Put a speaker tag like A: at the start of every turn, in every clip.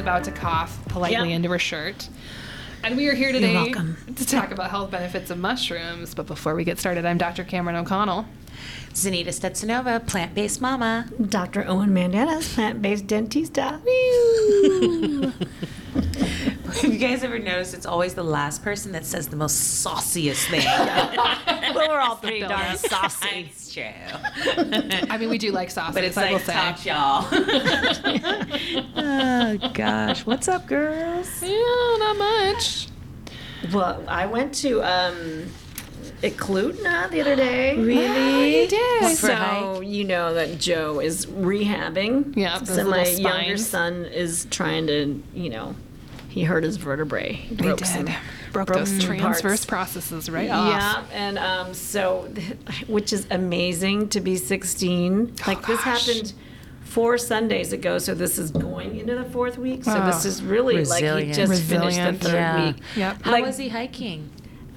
A: about to cough politely
B: Yeah.
A: into her shirt. And we are here today
B: welcome.
A: to talk about health benefits of mushrooms. But before we get started, I'm Dr. Cameron O'Connell.
C: Zanita Stetsonova, plant based mama.
D: Dr. Owen Mandana's plant based dentista.
C: Have you guys ever noticed it's always the last person that says the most sauciest thing?
D: well, we're all pretty darn saucy.
C: That's true.
A: I mean, we do like sauces,
C: But it's
A: I will
C: like
A: say.
C: touch y'all.
B: Oh gosh, what's up, girls?
A: Yeah, not much.
D: Well, I went to um, Eclutna the other day.
A: Really? did.
C: For
D: So
C: hike?
D: you know that Joe is rehabbing.
A: Yeah, those
D: So
A: little
D: my
A: spines.
D: younger son is trying to, you know, he hurt his vertebrae. He
A: We
D: broke some-
A: did. Broke
D: broke
A: those
D: some
A: transverse
D: parts.
A: processes right off.
D: Yeah, and um, so, which is amazing to be 16.
A: Oh,
D: Like this
A: gosh.
D: happened four Sundays ago, so this is going into the fourth week. So this
A: Wow.
D: is really like he
C: Resilient.
D: just
A: Ah. Resilient,
D: finished the third
C: yeah.
D: week.
A: Yep.
C: How
D: Like-
C: was he hiking?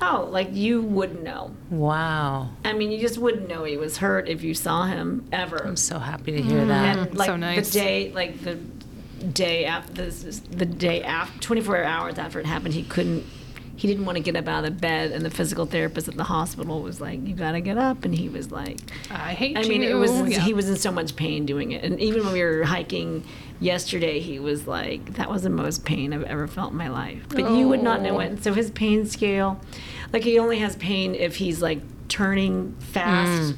D: Oh, like you wouldn't know.
C: Wow.
D: I mean, you just wouldn't know he was hurt if you saw him ever.
C: I'm so happy to hear that.
D: And like
A: Mm-hmm. so nice.
D: the day, like the day after this, the day after 24 hours after it happened, he couldn't. He didn't want to get up out of bed, and the physical therapist at the hospital was like, "You gotta get up," and he was like,
A: I hate
D: I
A: you.
D: mean, it was
A: Yeah.
D: he was in so much pain doing it, and even when we were hiking yesterday, he was like, "That was the most pain I've ever felt in my life." But you would not
C: Oh.
D: know it. And so his pain scale, like he only has pain if he's like turning fast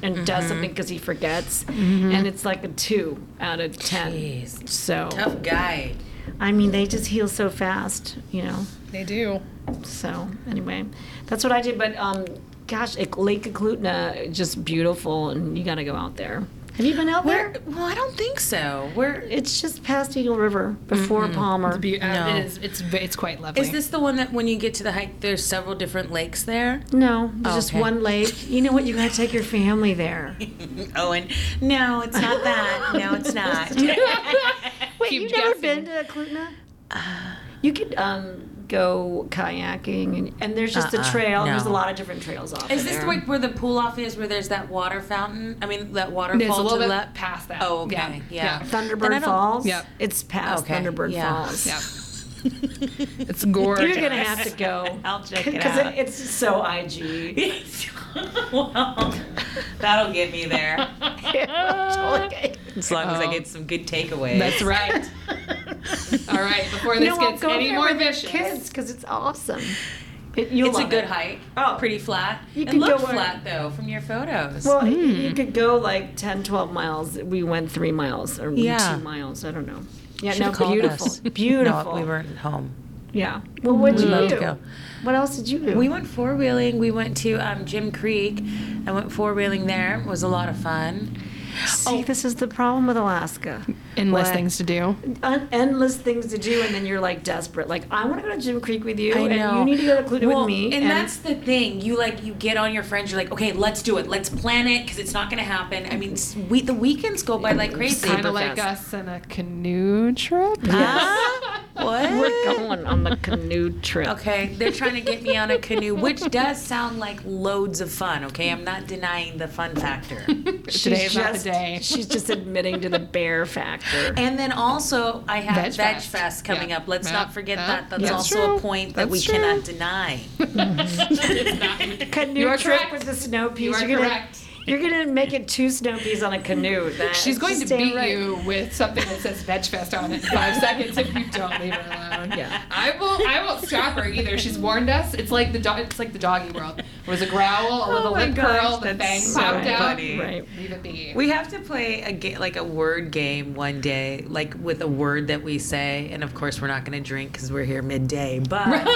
C: Mm,
D: and does
C: mm-hmm.
D: something because he forgets, and it's like a two out of ten.
C: Jeez.
D: So
C: Tough guy.
D: I mean, they just heal so fast, you know.
A: They do.
D: So anyway, that's what I did. But um, gosh, it- Lake Eklutna, just beautiful, and you got to go out there. Have you been out
C: Where?
D: there?
C: Well, I don't think so. Where?
D: It's just past Eagle River before
C: Mm-hmm.
D: Palmer.
A: Be- uh,
C: No.
A: it is, it's, ve- it's quite lovely.
C: Is this the one that when you get to the hike, there's several different lakes there?
D: No, there's just
C: Oh, Okay.
D: one lake. You know what? You got to take your family there.
C: Owen, no, it's not that. No, it's not.
D: Wait,
A: Keep
D: you've never
A: guessing.
D: been to Eklutna?
C: Uh,
D: you could um, go kayaking, and, and there's just
C: Uh-uh,
D: a trail. There's a
C: no.
D: lot of different trails off.
C: Is
D: of
C: this
D: there.
C: the way where the pool off is, where there's that water fountain? I mean, that waterfall
A: It's a
C: to
A: little
C: the
A: bit
C: left.
A: past that.
C: Oh, okay. Yeah. Then I
D: Thunderbird
C: don't-
D: Falls?
A: Yep.
D: It's past
C: Okay,
D: Thunderbird
C: yeah.
D: Falls.
A: Yeah. it's gorgeous.
D: You're gonna have to go.
C: I'll check it
D: Because
C: out.
D: it, it's so IG.
C: well, that'll get me there.
D: okay.
C: As long as I
A: Oh.
C: get some good takeaways.
A: That's right. All right, before
D: You
A: this
D: know,
A: gets
D: go
A: any
D: there
A: more
D: with your
A: vicious.
D: Kids, because it's awesome. It, you'll
C: It's a
D: love
C: good
D: it.
C: hike.
D: Oh.
C: Pretty flat.
D: You
C: it
D: could
C: looked
D: go where-
C: flat, though, from your photos.
D: Well,
A: Mm.
D: you could go like 10, 12 miles. We went three miles or
C: Yeah.
D: two miles. I don't know. Yeah,
C: Should've
D: no,
C: called
D: beautiful,
C: us.
D: beautiful.
C: No, we weren't home.
D: Yeah. Well, what'd you
C: love
D: do?
C: to go.
D: What else did you do?
C: We went four wheeling. We went to um, Jim Creek. I went four wheeling there. It was a lot of fun. Oh.
D: See, this is the problem with Alaska.
A: Endless
C: What?
A: things to do.
D: Un- endless things to do, and then you're like desperate. Like, I want to go to Jim Creek with you,
C: I know.
D: and you need to go to Cluedo
C: Well,
D: with me.
C: And, that's the thing. You like you get on your friends. You're like, okay, let's do it. Let's plan it because it's not going to happen. I mean, s- we the weekends go by like crazy.
A: Kind of like us in a canoe trip.
C: Huh?
D: we're
C: what?
D: going on the canoe trip.
C: Okay, they're trying to get me on a canoe, which does sound like loads of fun. Okay, I'm not denying the fun factor.
A: Today is not the
D: just-
A: day.
D: She's just admitting to the bear factor.
C: And then also, I have
A: Veg
C: Veg,
A: Fest.
C: Fest. coming
A: Yeah.
C: up. Let's
A: Yeah.
C: not forget
A: Yeah.
C: that. That's,
A: That's
C: also
A: true.
C: a point that we
A: That's true.
C: cannot deny.
D: canoe
A: You are
D: trip
A: correct.
D: with the snow
A: You
D: peas.
A: are
D: are gonna,
A: correct.
D: you're gonna make it two snow peas on a canoe. That,
A: She's going to
D: Uh, just ain't
A: beat
D: right.
A: you with something that says Veg Fest on it in five seconds if you don't leave her alone.
D: Yeah.
A: I won't. I won't stop her either. She's warned us. It's like the dog. It's like the doggy world. It was a growl, a little
D: my
A: lip
D: gosh,
A: curl, the
C: that's
A: bang
C: so
A: popped
C: funny.
A: out.
D: Right.
A: Leave it be.
C: We have to play a ga- like a word game one day, like with a word that we say, and of course we're not going to drink because we're here midday. But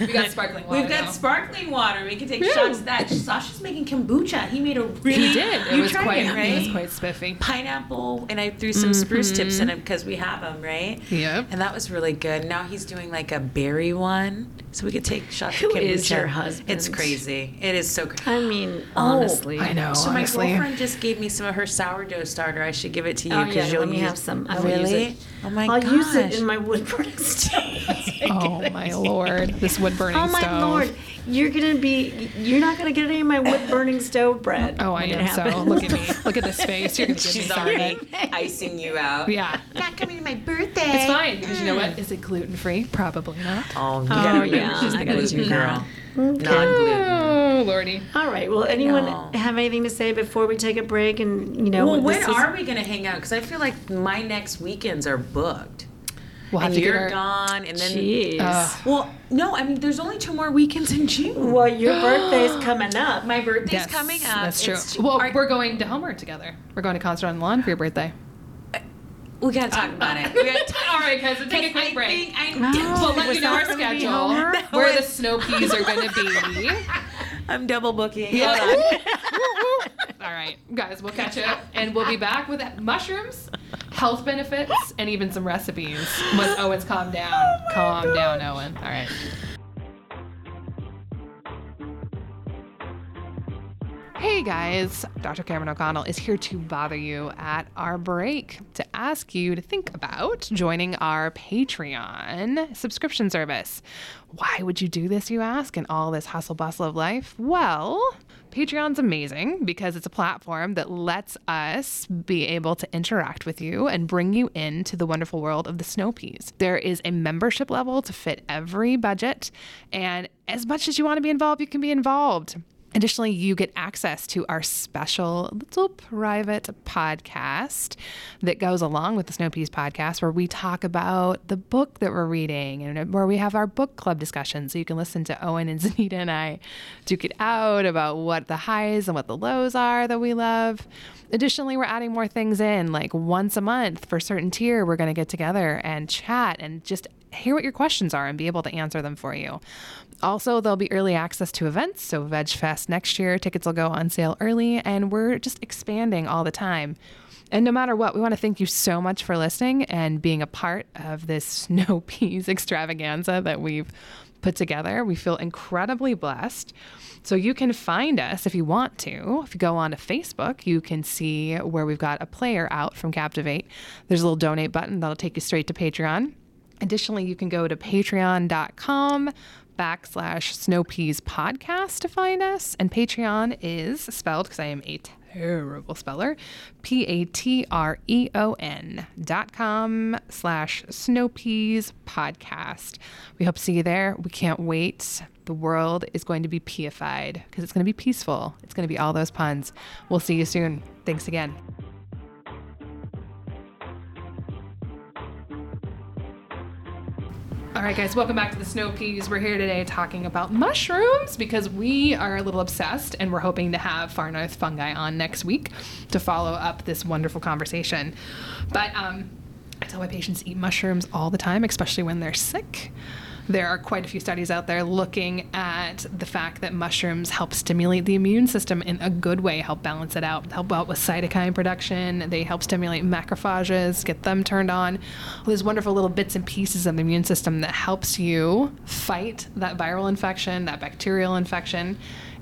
A: We got sparkling water.
C: we've got
A: now.
C: sparkling water. We can take
A: Yeah.
C: shots of that. Sasha's making kombucha. He made a really
A: He did. It
C: You
A: was
C: tried
A: quite.
C: it, right?
A: It was quite Mm-hmm. spiffy.
C: Pineapple, and I threw some spruce tips in him because we have them, right?
A: Yep.
C: And that was really good. Now he's doing like a berry one, so we could take shots
D: Who
C: of kombucha.
D: is your husband?
C: It's crazy. It is so Oh, crazy.
D: I mean, Oh, honestly.
A: I know.
C: So
A: honestly.
C: my girlfriend just gave me some of her sourdough starter. I should give it to you
D: Oh,
C: because
D: yeah,
C: you'll
D: let me
C: use-
D: have some. I will
C: really?
D: use it.
C: Oh my
D: I'll
C: gosh!
D: use it in my wood burning stove.
A: Oh my lord! This wood burning
D: Oh my
A: stove.
D: lord! You're gonna be. You're not gonna get any of my wood burning stove bread.
A: Oh, I
D: when it
A: am so.
D: happens.
A: Look at me.
E: Look at this face. You're gonna give me
C: She's
E: some of
C: already
E: it.
C: icing you out.
E: Yeah.
C: Not coming to my birthday.
A: It's fine because you know what?
E: Is it gluten free? Probably not.
C: Oh, you
D: Oh,
C: gotta remember
D: yeah,
C: she's
D: I
C: the
D: gotta
C: gluten
D: do
C: girl.
D: that.
C: Non-gluten.
A: Oh, lordy.
D: All right. Well, anyone
C: No.
D: have anything to say before we take a break? And you know,
C: Well, when
D: this is-
C: are we gonna hang out? Because I feel like my next weekends are booked.
E: We'll have
C: and
E: to get
C: you're
E: our-
C: gone, and then
D: Jeez.
E: Ugh.
C: well, no, I mean, there's only two more weekends in June.
D: well, your birthday's coming up.
C: my birthday's
E: Yes,
C: coming up.
E: That's true.
C: It's-
E: well,
C: are-
E: we're going to Homer together. We're going to concert on the lawn for your birthday.
C: we gotta talk about it. We gotta talk
A: All right, guys, let's take a
C: I
A: quick break.
C: think I-
A: We'll let
E: was
A: you know our
E: that gonna be
A: schedule,
E: Homer?
A: where the
C: was-
A: snow peas are going to be.
C: I'm double booking.
A: Yeah.
C: Hold on.
A: All right, guys, we'll catch up and we'll be back with mushrooms, health benefits, and even some recipes. Once Owen's calm down. calm down, Owen. All right. Hey guys, Dr. Cameron O'Connell is here to bother you at our break to ask you to think about joining our Patreon subscription service. Why would you do this, you ask, in all this hustle bustle of life? Well, Patreon's amazing because it's a platform that lets us be able to interact with you and bring you into the wonderful world of the snow peas. There is a membership level to fit every budget, and as much as you want to be involved, you can be involved. Additionally, you get access to our special little private podcast that goes along with the Snow Peas podcast, where we talk about the book that we're reading and where we have our book club discussion. So you can listen to Owen and Zanita and I duke it out about what the highs and what the lows are that we love. Additionally, we're adding more things in, like once a month for certain tier, we're going to get together and chat and just hear what your questions are and be able to answer them for you. Also, there'll be early access to events, so Veg Fest next year, tickets will go on sale early, and we're just expanding all the time. And no matter what, we want to thank you so much for listening and being a part of this snow peas extravaganza that we've put together. We feel incredibly blessed. So you can find us if you want to. If you go on to Facebook, you can see where we've got a player out from Captivate. There's a little donate button that'll take you straight to Patreon. Additionally, you can go to patreon.com backslash snowpeas podcast to find us. And Patreon is spelled because I am a terrible speller, P-A-T-R-E-O-N E dot com slash snowpeas podcast. We hope to see you there. We can't wait. The world is going to be peified because it's going to be peaceful. It's going to be all those puns. We'll see you soon. Thanks again. All right, guys, welcome back to the Snow Peas. We're here today talking about mushrooms because we are a little obsessed and we're hoping to have Far North Fungi on next week to follow up this wonderful conversation. But um, I tell my patients eat mushrooms all the time, especially when they're sick. There are quite a few studies out there looking at the fact that mushrooms help stimulate the immune system in a good way, help balance it out, help out with cytokine production. They help stimulate macrophages, get them turned on. All these wonderful little bits and pieces of the immune system that helps you fight that viral infection, that bacterial infection.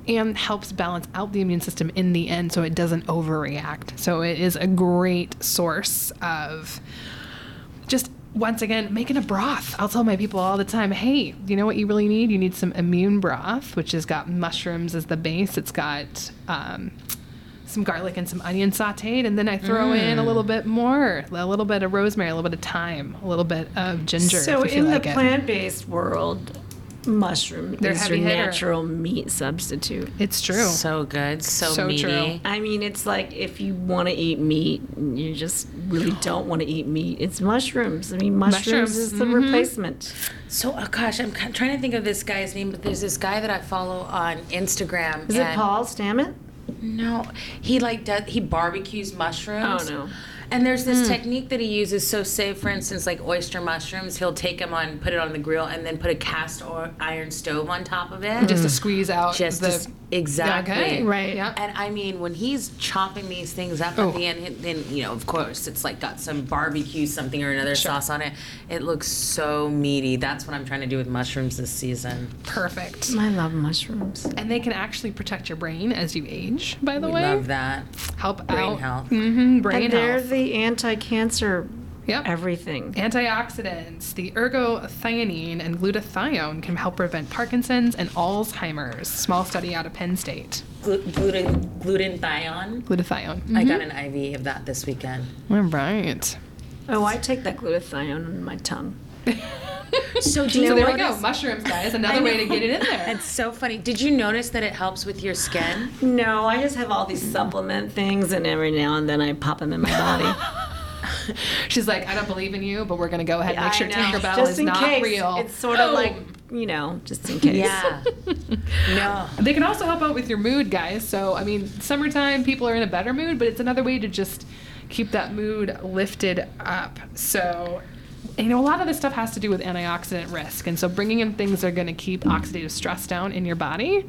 A: And helps balance out the immune system in the end so it doesn't overreact. So, it is a great source of just once again making a broth i'll tell my people all the time hey you know what you really need you need some immune broth which has got mushrooms as the base it's got um, some garlic and some onion sauteed and then i throw in a
C: Mm.
A: little bit more a little bit of rosemary a little bit of thyme a little bit of ginger
D: So
A: if you
D: in
A: like
D: the
A: it.
D: plant-based world, mushroom
A: They're
D: is your
A: heavy hitter.
D: natural meat substitute.
A: it's true
C: So good, so,
A: So
C: meaty.
A: true.
D: I mean, it's like if you want to eat meat, and you just really don't want to eat meat. It's mushrooms. I mean, mushrooms,
A: Mushrooms,
D: is the replacement.
C: So, oh gosh, I'm ki- trying to think of this guy's name, but there's this guy that I follow on Instagram.
D: Is it
C: and-
D: Paul Stammet?
C: No, he like does he barbecues mushrooms.
D: Oh, no.
C: And there's
A: Hmm.
C: this technique that he uses. So, say for instance, like oyster mushrooms, he'll take them on, put it on the grill, and then put a cast or iron stove on top of it.
A: just to squeeze out
C: Just
A: Hmm. the
C: as- exactly
A: Okay,
D: Right.
A: yeah.
C: And I mean, when he's chopping these things up
A: Oh.
C: at the end, then you know, of course, it's like got some barbecue something or another sauce on it. It looks so meaty. That's what I'm trying to do with mushrooms this season.
A: perfect
D: I love mushrooms.
A: and they can actually protect your brain as you age by the
C: We
A: way
C: love that
A: help
C: brain
A: out
C: health.
A: Mhm, brain
D: and they're
A: health
D: the anti-cancer
A: yep
D: everything.
A: Antioxidants, the ergothionine and glutathione can help prevent Parkinson's and Alzheimer's. Small study out of Penn State.
C: glu- gluten glutathione.
A: Glutathione.
C: I got an IV of that this weekend.
F: All right.
D: Oh, I take that glutathione in my tongue.
C: So do you
A: So there we
C: notice-
A: go. Mushrooms, guys. Another way to get it in there.
C: It's so funny. Did you notice that it helps with your skin?
D: No, I just have all these supplement things, and every now and then I pop them in my body.
A: She's like, I don't believe in you, but we're gonna go ahead and
D: I
A: make sure
D: know.
A: Tinker Bell
D: just
A: is
D: in
A: not
D: case.
A: real.
D: It's sort of like you know, just in case.
C: Yeah. no.
A: They can also help out with your mood, guys. So, I mean, summertime, people are in a better mood, but it's another way to just keep that mood lifted up. So, you know, a lot of this stuff has to do with antioxidant risk. And so, bringing in things that are going to keep oxidative stress down in your body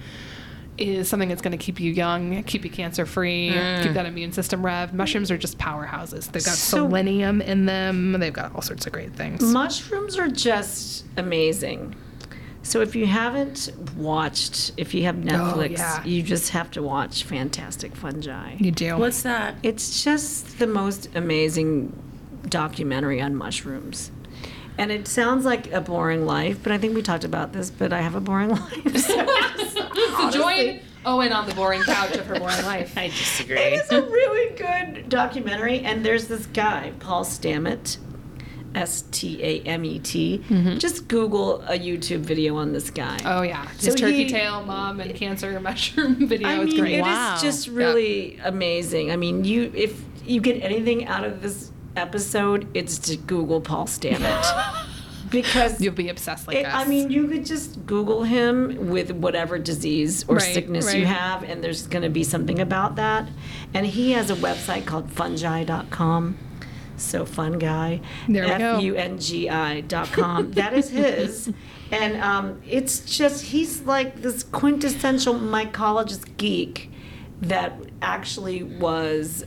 A: is something that's going to keep you young, keep you cancer free, keep that immune system revved. Mushrooms are just powerhouses. They've got
D: So-
A: selenium in them, they've got all sorts of great things.
D: Mushrooms are just amazing. So if you haven't watched, if you have Netflix,
A: Oh, yeah.
D: you just have to watch Fantastic Fungi.
A: You do.
C: What's that?
D: It's just the most amazing documentary on mushrooms. And it sounds like a boring life, but I think we talked about this, but I have a boring life. So
A: So join Owen Oh, on the boring couch of her boring life.
C: I disagree.
D: it is a really good documentary. And there's this guy, Paul Stammet, S T A M E T.
C: Mm-hmm.
D: Just Google a YouTube video on this guy.
A: Oh yeah, his
D: So
A: turkey
D: he-
A: tail mom and cancer mushroom video
D: I
A: is
D: mean,
A: great.
D: it is
C: Wow.
D: just really amazing. I mean, you if you get anything out of this episode, it's to Google Paul Stammet because
A: You'll be obsessed like
D: it-
A: us.
D: I mean, you could just Google him with whatever disease or
A: Right,
D: sickness
A: right.
D: you have, and there's going to be something about that. And he has a website called fungi.com. So fun guy.
A: There we go.
D: F-U-N-G-I dot com. that is his. And um, it's just, he's like this quintessential mycologist geek that actually was,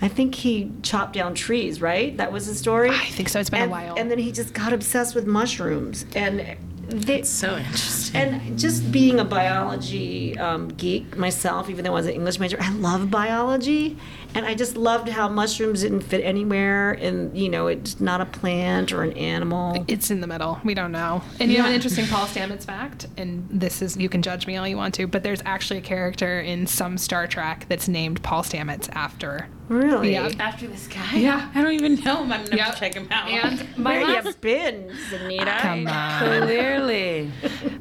D: I think he chopped down trees, right? That was his story.
A: I think so. It's been
D: and,
A: a while.
D: And then he just got obsessed with mushrooms. And they,
C: so interesting.
D: and just being a biology um, geek myself, even though I was an English major, I love biology, and I just loved how mushrooms didn't fit anywhere, and you know, it's not a plant or an animal.
A: it's in the middle. We don't know. And you know an interesting Paul Stamets fact, and this is you can judge me all you want to, but there's actually a character in some Star Trek that's named Paul Stamets after.
D: Really?
A: Yeah.
C: After this guy?
A: Yeah.
C: I don't even know him. I'm gonna
A: Yep.
C: check him out.
A: And my
D: Where
A: last
D: you been, Zanita?
A: Come on.
C: Clearly.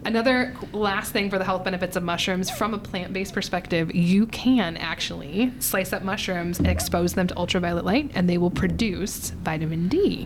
A: Another last thing for the health benefits of mushrooms from a plant based perspective, you can actually slice up mushrooms and expose them to ultraviolet light, and they will produce vitamin D.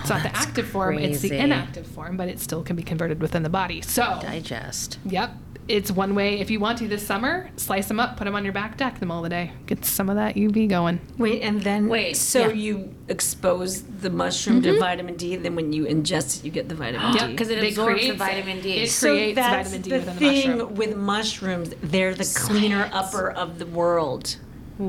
A: It's not the
C: that's
A: active form, it's the
C: crazy.
A: inactive form, but it still can be converted within the body. So,
C: Digest.
A: yep, it's one way. If you want to this summer, slice them up, put them on your back deck in the middle of the day. Get some of that UV going.
D: Wait, and then
C: Wait,
D: So
C: yeah.
D: you expose the mushroom to vitamin D, and then when you ingest it, you get the vitamin D.
A: Yep.
C: Because Ah, it
A: They
C: absorbs
A: create-
C: the vitamin D.
A: it
D: So
A: creates
D: that's
A: vitamin D
D: the
A: within the
D: thing
A: mushroom.
D: with mushrooms. They're the cleaner upper of the world.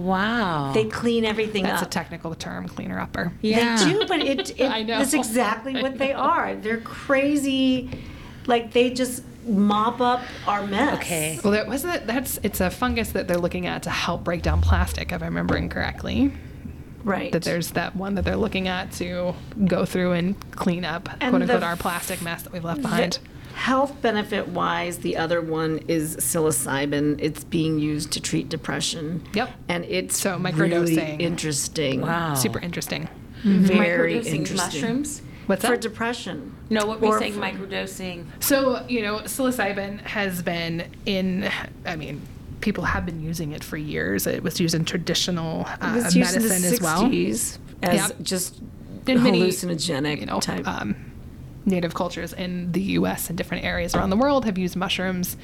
C: wow.
D: They clean everything
A: Oh. That's
D: up.
A: a technical term, cleaner upper.
C: yeah.
D: They do, but it, it
A: I know.
D: it's exactly what they are. They're crazy, like they just mop up our mess.
C: Okay.
A: Well, that wasn't it. That's it's a fungus that they're looking at to help break down plastic, if I'm remembering correctly.
D: right.
A: That there's that one that they're looking at to go through and clean up,
D: And
A: quote unquote,
D: the-
A: our plastic mess that we've left behind.
D: Health benefit wise, the other one is psilocybin. It's being used to treat depression.
A: Yep.
D: And it's
A: So
D: really
A: microdosing.
D: interesting.
C: Wow.
A: Super interesting.
D: Very
C: Microdosing
D: interesting.
C: mushrooms?
A: What's
D: for
A: up?
D: depression.
C: No, what we're
D: Or
C: saying,
D: for-
C: microdosing.
A: So, you know, psilocybin has been in, I mean, people have been using it for years. It was used in traditional uh,
D: It was used
A: medicine
D: in the
A: as well.
D: 60s as
A: Yep.
D: just
A: In many,
D: hallucinogenic
A: you know,
D: type.
A: um, native cultures in the U.S. and different areas around the world have used mushrooms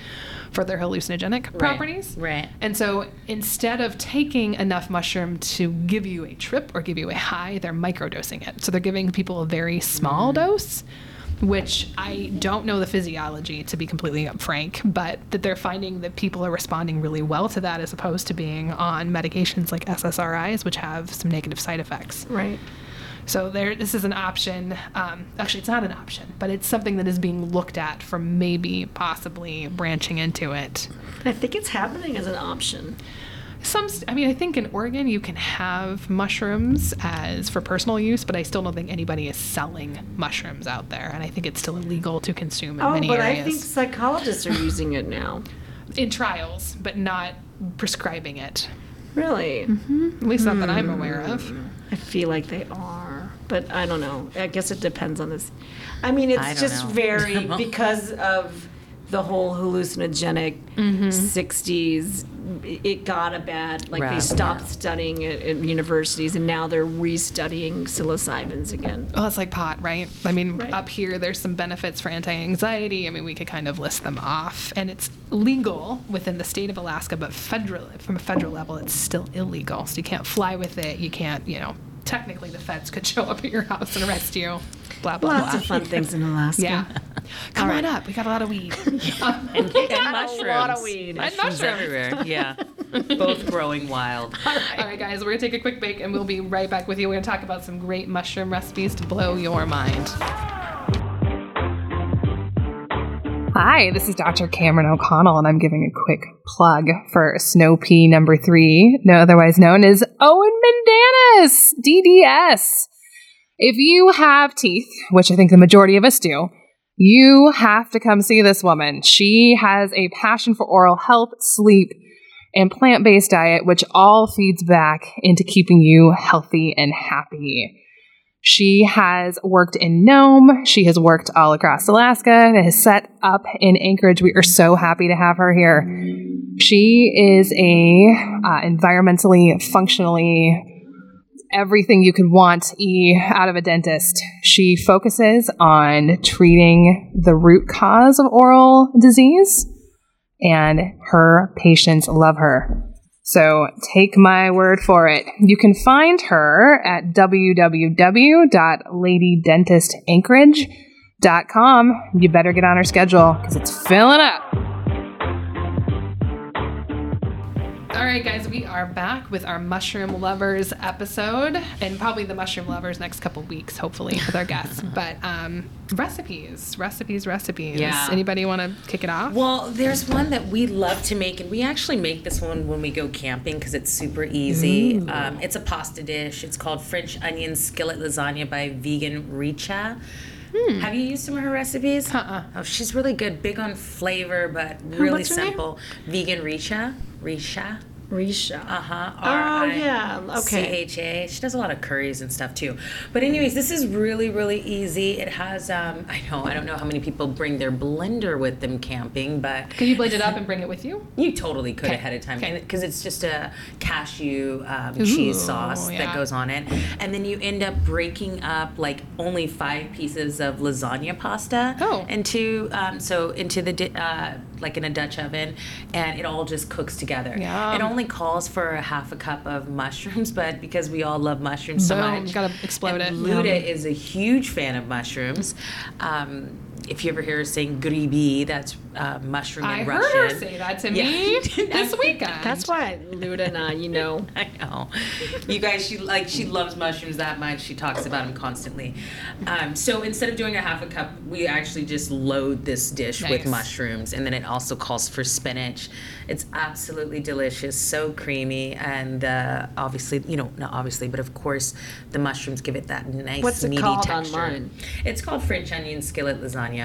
A: for their hallucinogenic properties.
C: right.
A: And so instead of taking enough mushroom to give you a trip or give you a high, they're microdosing it. So they're giving people a very small dose. Which I don't know the physiology, to be completely up frank, but that they're finding that people are responding really well to that as opposed to being on medications like SSRIs, which have some negative side effects.
D: right.
A: So there, this is an option. Um, actually, it's not an option, but it's something that is being looked at for maybe possibly branching into it.
D: I think it's happening as an option.
A: Some, st- I mean, I think in Oregon you can have mushrooms as for personal use, but I still don't think anybody is selling mushrooms out there, and I think it's still illegal to consume in
D: Oh,
A: many
D: but I
A: areas
D: think psychologists are using it now.
A: in trials, but not prescribing it.
D: Really?
A: At least not that I'm aware of.
D: I feel like they are, but I don't know. I guess it depends on this. I mean,
C: I don't
D: it's just
C: know.
D: very because of the whole hallucinogenic
A: Mm-hmm.
D: 60s. i- It got a bad like they
C: Rap,
D: stopped
C: yeah.
D: studying it at universities and now they're restudying psilocybins again.
A: Well, it's like pot, right? I mean,
D: Right.
A: up here, there's some benefits for anti anxiety. I mean, we could kind of list them off. And it's legal within the state of Alaska, but federal, from a federal level, it's still illegal. So you can't fly with it. You can't, you know, technically the feds could show up at your house and arrest you. Blah, blah,
D: Lots
A: blah.
D: of fun things in Alaska.
A: Yeah. Come on up. We got a lot of weed.
C: and mushrooms.
A: And
D: weed.
C: Mushrooms
A: mushrooms.
C: everywhere. Yeah. Both growing wild.
A: All right, guys, we're going to take a quick break and we'll be right back with you. We're going to talk about some great mushroom recipes to blow your mind. Hi, this is Dr. Cameron O'Connell, and I'm giving a quick plug for Snow Pea number three, no otherwise known as Owen Mendanis, DDS. If you have teeth, which I think the majority of us do, you have to come see this woman. She has a passion for oral health, sleep, and plant based diet, which all feeds back into keeping you healthy and happy. She has worked in Nome. She has worked all across Alaska and has set up in Anchorage. We are so happy to have her here. She is a uh, environmentally, functionally, everything you could want e out of a dentist. She focuses on treating the root cause of oral disease, and her patients love her. So take my word for it. You can find her at www.ladydentistanchorage.com. You better get on her schedule because it's filling up. All right, guys, we are back with our Mushroom Lovers episode, and probably the Mushroom Lovers next couple weeks, hopefully, with our guests. But um, recipes, recipes, recipes.
C: Yeah.
A: Anybody want to kick it off?
C: Well, there's one that we love to make, and we actually make this one when we go camping because it's super easy. Um, it's a pasta dish. It's called French onion skillet lasagna by Vegan Richa. Have you used some of her recipes?
A: Uh-uh.
C: Oh, she's really good. Big on flavor, but really
D: what's her name?
C: simple. Vegan Richa. Richa.
D: Risha.
C: Uh huh.
D: Oh, yeah. Okay.
C: CHA. She does a lot of curries and stuff too. But anyways, this is really really easy. It has um I know I don't know how many people bring their blender with them camping, but
A: Can you blend it up and bring it with you?
C: you totally could ahead of time because it's just a cashew um, cheese sauce
A: yeah.
C: that goes on it, and then you end up breaking up like only five pieces of lasagna pasta
A: Oh.
C: into um, so into the di- uh, like in a Dutch oven, and it all just cooks together. It
A: Yum.
C: only calls for a half a cup of mushrooms, but because we all love mushrooms so
A: Boom,
C: much,
A: gotta explode
C: and
A: it.
C: Luda is a huge fan of mushrooms. Um, if you ever hear her saying gribi, that's uh, mushroom
A: I
C: in
A: heard
C: Russian.
A: her say that to me this weekend.
D: That's why Luda and I, you know,
C: I know. You guys, she like she loves mushrooms that much. She talks about them constantly. Um, so instead of doing a half a cup, we actually just load this dish
A: Nice.
C: with mushrooms, and then it also calls for spinach. It's absolutely delicious, so creamy, and uh, obviously, you know, not obviously, but of course, the mushrooms give it that nice
D: What's it
C: meaty
D: called
C: texture.
D: online?
C: It's called French onion skillet lasagna.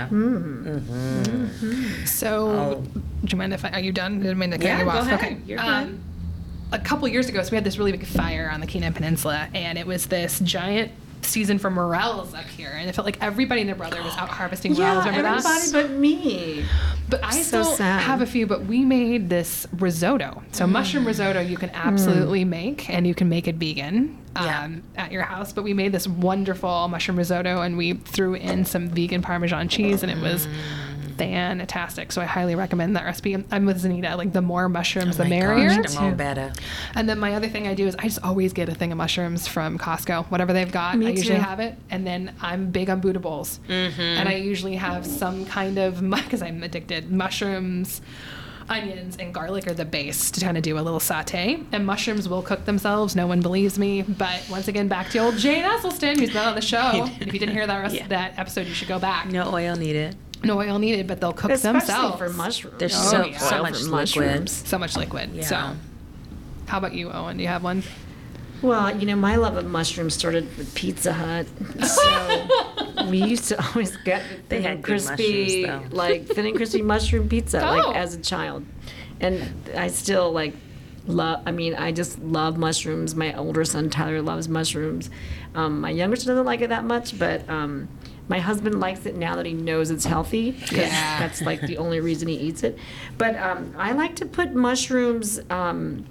A: So, do you mind if I, are you done? Didn't mean to cut
C: Oh. Yeah,
A: you
C: go
A: off.
C: ahead.
A: Okay.
C: You're
A: Um, a couple years ago, so we had this really big fire on the Kenai Peninsula, and it was this giant season for morels up here, and it felt like everybody and their brother was out harvesting morels. Remember that?
D: everybody but me.
A: But I
D: So
A: still
D: sad. Mm.
A: have a few, but we made this risotto. So mushroom risotto you can absolutely make and you can make it vegan um,
C: Yeah.
A: at your house. But we made this wonderful mushroom risotto and we threw in some vegan Parmesan cheese and it was fantastic. So I highly recommend that recipe. I'm with Zanita. Like the more mushrooms, the
C: Oh My
A: merrier.
C: gosh, I'm all better.
A: And then my other thing I do is I just always get a thing of mushrooms from Costco, whatever they've got.
D: Me
A: I usually
D: too.
A: have it, and then I'm big on Buddha bowls,
C: Mm-hmm.
A: and I usually have some kind of because I'm addicted. Mushrooms, onions, and garlic are the base to kind of do a little saute. And mushrooms will cook themselves. No one believes me, but once again, back to old Jane Esselstyn, who's been on the show. and if you didn't hear that rest, that episode, you should go back. No,
C: No oil needed.
A: oil needed, but they'll cook
D: Especially
A: themselves.
D: for mushrooms.
C: There's
A: Oh,
C: so
A: yeah.
C: so
D: Oil
C: much
D: for
C: liquid.
D: mushrooms.
A: so much liquid. So,
C: Yeah.
A: how about you, Owen? Do you have one?
D: Well, you know, my love of mushrooms started with Pizza Hut. So we used to always get thin
C: had
D: and
C: good
D: crispy,
C: mushrooms, though.
D: like thin and crispy mushroom pizza,
A: Oh.
D: like as a child. and I still like love. I mean, I just love mushrooms. My older son Tyler loves mushrooms. Um, my younger son doesn't like it that much, but um, my husband likes it now that he knows it's healthy because that's like the only reason he eats it. But um, I like to put mushrooms. Um,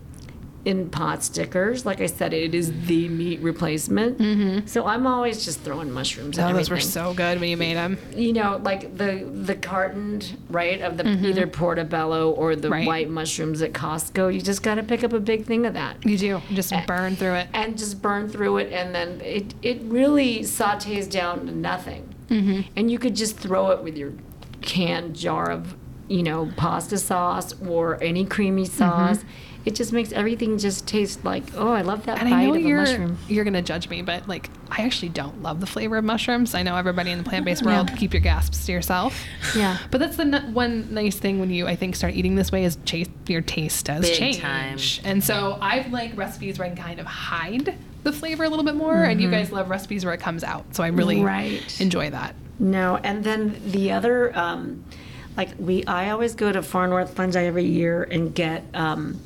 D: in pot stickers, like I said, it is the meat replacement. So I'm always just throwing mushrooms. at
G: Mm-hmm. Oh, those were
D: everything
G: so good when you made them.
D: you know, like the the cartoned right of the
G: Mm-hmm.
D: either portobello or the
E: Right.
D: white mushrooms at Costco. You just got to pick up a big thing of that
E: You do. Just
D: Eh.
E: burn through it.
D: and just burn through it, and then it it really sautés down to nothing.
E: Mm-hmm.
D: And you could just throw it with your canned jar of you know pasta sauce or any creamy
E: Mm-hmm.
D: sauce. It just makes everything just taste like oh, I love that
E: And
D: bite
E: I know
D: of
E: you're
D: a mushroom.
E: you're gonna judge me, but like I actually don't love the flavor of mushrooms. I know everybody in the plant based world keep your gasps to yourself.
D: Yeah.
E: But that's the n- one nice thing when you I think start eating this way is chase, your taste does
C: Big
E: change.
C: time.
E: And so I've like recipes where I can kind of hide the flavor a little bit more, and you guys love recipes where it comes out. So I really
D: Mm-hmm. Right.
E: enjoy that.
D: No, and then the other, um, like we, I always go to Far North Fungi every year and get um,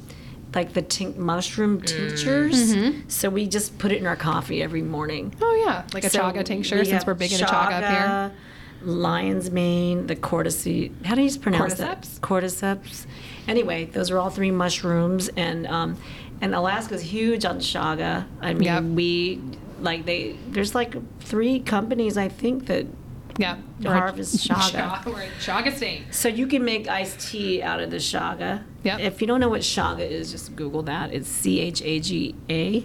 D: like the tink mushroom tinctures.
E: Mm-hmm.
D: So we just put it in our coffee every morning.
E: Oh yeah, like a chaga tincture since we're big into chaga up here.
D: Lion's mane, the cordyceps. How do you pronounce
E: Cordyceps?
D: that? Cordyceps. Anyway, those are all three mushrooms, and um, and Alaska's huge on shaga. I mean,
E: Yep.
D: we like they. There's like three companies I think that
E: Yeah.
D: harvest shaga.
E: Chaga. We're in chaga state.
D: So you can make iced tea out of the shaga.
E: Yep.
D: If you don't know what shaga is, just Google that. It's C H A G A,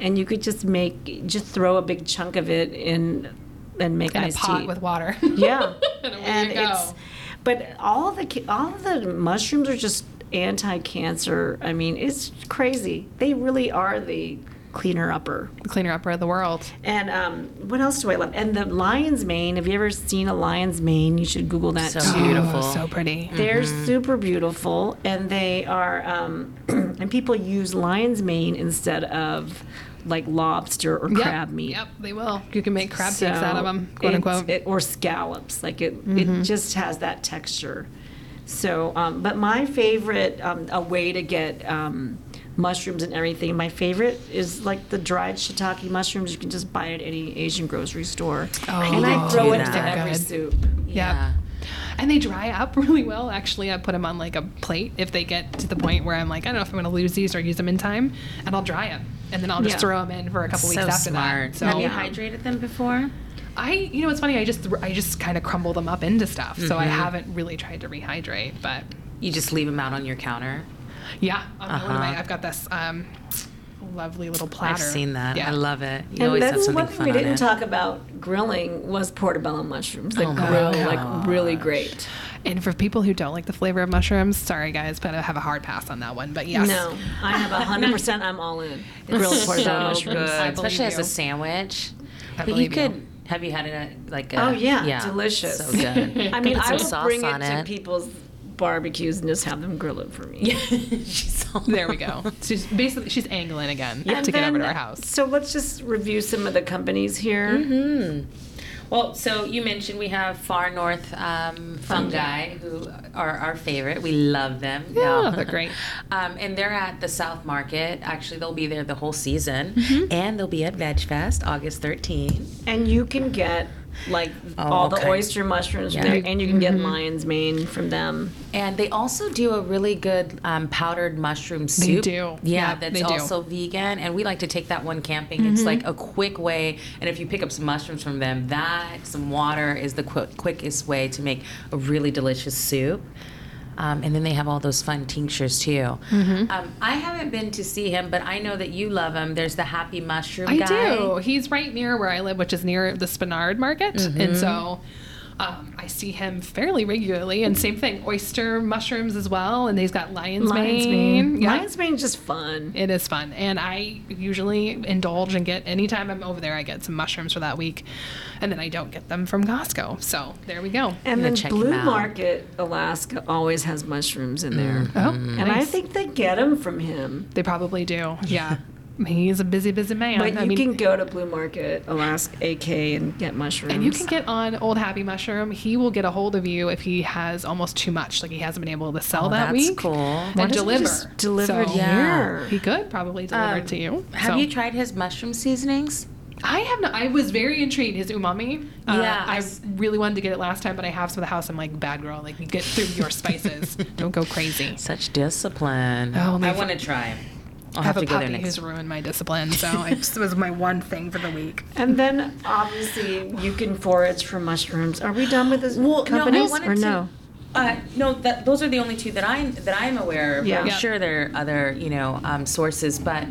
D: and you could just make just throw a big chunk of it in and make
E: In a
D: iced
E: pot
D: tea.
E: with water.
D: yeah,
E: And away you go.
D: it's but all the ca- all the mushrooms are just anti-cancer. I mean, it's crazy. They really are the cleaner upper.
E: Cleaner upper of the world.
D: And um, what else do I love? And the lion's mane. Have you ever seen a lion's mane? You should Google that
C: So
D: too.
C: beautiful.
E: Oh, so pretty.
D: They're super beautiful, and they are, um, and people use lion's mane instead of like lobster or
E: Yep,
D: crab meat.
E: Yep, they will. You can make crab
D: So
E: cakes out of them,
D: it's-
E: quote unquote. Mm-hmm.
D: it- or scallops. Like it, it just has that texture. So, um, but my favorite, um, a way to get um, mushrooms and everything, my favorite is like the dried shiitake mushrooms. You can just buy at any Asian grocery store.
E: Oh,
D: and I
C: to
D: throw
C: do
D: it into
C: that.
D: every
E: Good.
D: soup.
E: yeah. And they dry up really well. Actually, I put them on like a plate if they get to the point where I'm like, I don't know if I'm going to lose these or use them in time, and I'll dry them. And then I'll just
D: Yeah.
E: throw 'em throw them in for a
C: So
E: couple weeks after
C: smart.
E: that. So
C: Have you hydrated them before?
E: I, you know, it's funny. I just thr- I just kind of crumble them up into stuff. So
C: Mm-hmm.
E: I haven't really tried to rehydrate, but
C: You just leave them out on your counter.
E: yeah, on one of
C: Uh-huh.
E: my, I've got this um, lovely little platter.
C: I've seen that.
E: Yeah.
C: I love it. You
D: And
C: always
D: that's
C: have something
D: one thing
C: fun
D: we
C: on
D: didn't
C: it.
D: talk about grilling was portobello mushrooms that
C: Oh my
D: grow like really great.
E: And for people who don't like the flavor of mushrooms, sorry guys, but I have a hard pass on that one. But yes,
D: No, I have a hundred percent. I'm all in grilled portobello
C: so
D: mushrooms.
C: good,
E: I believe
C: especially as
E: you.
C: a sandwich.
E: I
C: but you
E: believe you.
C: could. Have you had it at, like a?
D: Oh, yeah, delicious.
C: So good.
D: I mean,
C: Put
D: I
C: some
D: would
C: sauce
D: bring it
C: on
D: to
C: it.
D: people's barbecues and just have them grill it for me.
C: She's all-
E: There we go. She's basically she's angling again
D: And
E: to get over to
D: then-
E: our house.
D: So let's just review some of the companies here.
C: Mm-hmm. Well, so you mentioned we have far north um, fungi who are our favorite. We love them.
E: Yeah, they're great.
C: Um, and they're at the South Market. Actually, they'll be there the whole season, and they'll be at Veg Fest August 13.
D: And you can get like
C: Oh,
D: all the
C: okay.
D: oyster mushrooms
C: Yeah.
D: from there, and you can get lion's mane from them.
C: And they also do a really good um, powdered mushroom soup.
E: do.
C: Yeah,
E: Yeah,
C: that's
E: they do. Mm-hmm.
C: also vegan. And we like to take that one camping. It's like a quick way. And if you pick up some mushrooms from them, that, some water is the quick, quickest way to make a really delicious soup. Um, and then they have all those fun tinctures too.
E: Mm-hmm.
C: Um, I haven't been to see him, but I know that you love him. There's the happy mushroom
E: I
C: guy.
E: do. Oh, He's right near where I live, which is near the Spinard Market,
D: Mm-hmm.
E: and so. Um, I see him fairly regularly, and same thing, oyster mushrooms as well, and he's got lion's,
D: Lion's
E: mane.
D: mane,
E: Yeah.
D: lion's mane's just fun.
E: It is fun. And I usually indulge and get, anytime I'm over there, I get some mushrooms for that week. And then I don't get them from Costco. So there we go.
D: And
C: gotta
D: then
C: check 'em
D: Blue
C: out.
D: Market, Alaska, always has
C: Mm.
D: mushrooms in there.
E: Oh,
D: And I think they get them from him.
E: they probably do. Yeah. He's a busy, busy man.
D: But
E: I
D: you
E: mean,
D: can go to Blue Market, Alaska, AK, and get mushrooms.
E: And you can get on Old Happy Mushroom. He will get a hold of you if he has almost too much, like he hasn't been able to sell
C: Oh, that's
E: that week.
C: cool. Why
E: Or
D: doesn't he
E: deliver.
D: just deliver it here?
E: He could probably deliver it to you.
C: Um, Have
E: So-
C: you tried his mushroom seasonings?
E: I have not. I was very intrigued. His umami. Uh,
C: Yeah, I
E: I
C: s-
E: really wanted to get it last time, but I have some at the house. I'm like, bad girl. Like, you get through your spices. Don't go crazy.
C: Such discipline.
E: Oh,
C: I
E: my
C: want to try him. I'll
E: I
C: have,
E: have,
C: to
E: a
C: go there
E: puppy
C: next.
E: who's ruined my discipline, so I just- it was my one thing for the week.
D: And then obviously you can forage for mushrooms. Are we done with this
C: Well, no, I
D: companies
C: wanted
D: or
C: to-
D: no?
C: Uh, no, that, those are the only two that I that I'm aware of.
D: Yeah.
C: I'm
D: Yeah.
C: sure there are other you know um, sources, but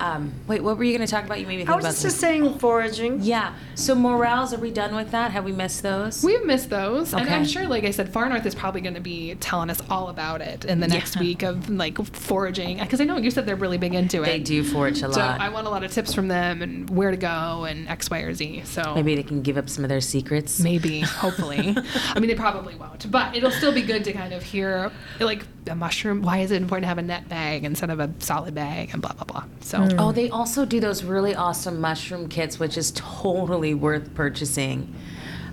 C: um, wait, what were you going to talk about? You made me think
D: I was
C: about
D: just
C: this.
D: saying foraging.
C: Yeah. So morals, are we done with that? Have we missed those?
E: We've missed those, and I'm
C: Okay.
E: sure, like I said, Far North is probably going to be telling us all about it in the next
C: Yeah.
E: week of like foraging, because I know you said they're really big into it.
C: they do forage a
E: So
C: lot.
E: I want a lot of tips from them and where to go and X, Y, or Z. So
C: Maybe they can give up some of their secrets.
E: Maybe, hopefully. I mean, they probably won't, but it'll still be good to kind of hear, like, a mushroom. Why is it important to have a net bag instead of a solid bag and blah, blah, blah. So,
C: Oh, they also do those really awesome mushroom kits, which is totally worth purchasing.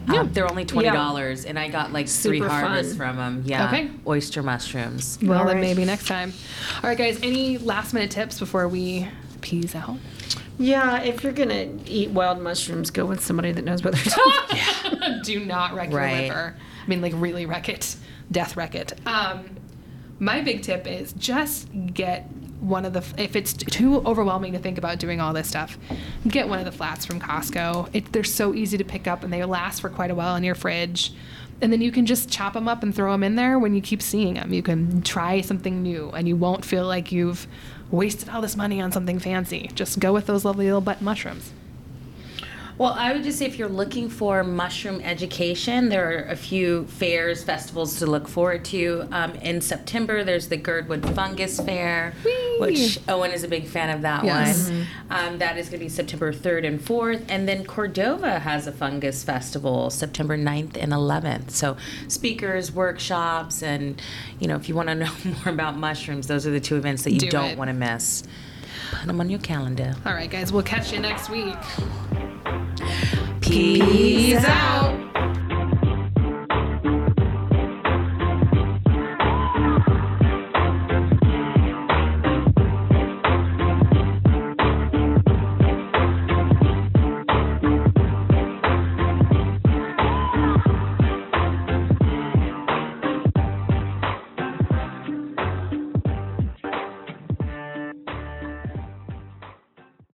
C: Um, they're only twenty dollars, and I got like three
D: Super
C: harvests
D: fun.
C: from them. Yeah,
E: Okay.
C: oyster mushrooms.
E: well, then
D: right.
E: maybe next time. All right, guys, any last minute tips before we peace out?
D: Yeah, if you're gonna eat wild mushrooms, go with somebody that knows what they're talking.
E: Do not wreck your
C: Right.
E: liver. I mean, like, really wreck it, death wreck it. Um, my big tip is just get one of the if it's too overwhelming to think about doing all this stuff get one of the flats from costco it, they're so easy to pick up and they last for quite a while in your fridge and then you can just chop them up and throw them in there when you keep seeing them you can try something new and you won't feel like you've wasted all this money on something fancy just go with those lovely little button mushrooms
C: Well, I would just say if you're looking for mushroom education, there are a few fairs, festivals to look forward to. Um, in September, there's the Girdwood Fungus Fair, which Owen is a big fan of that
E: Yes.
C: one. Um, that is going to be September 3rd and 4th. And then Cordova has a fungus festival September 9th and 11th. So speakers, workshops, and you know, if you want to know more about mushrooms, those are the two events that you
E: Do
C: Do not
E: it.
C: want to miss. Put them on your calendar.
E: all right guys we'll catch you next week
C: Peace
E: peace out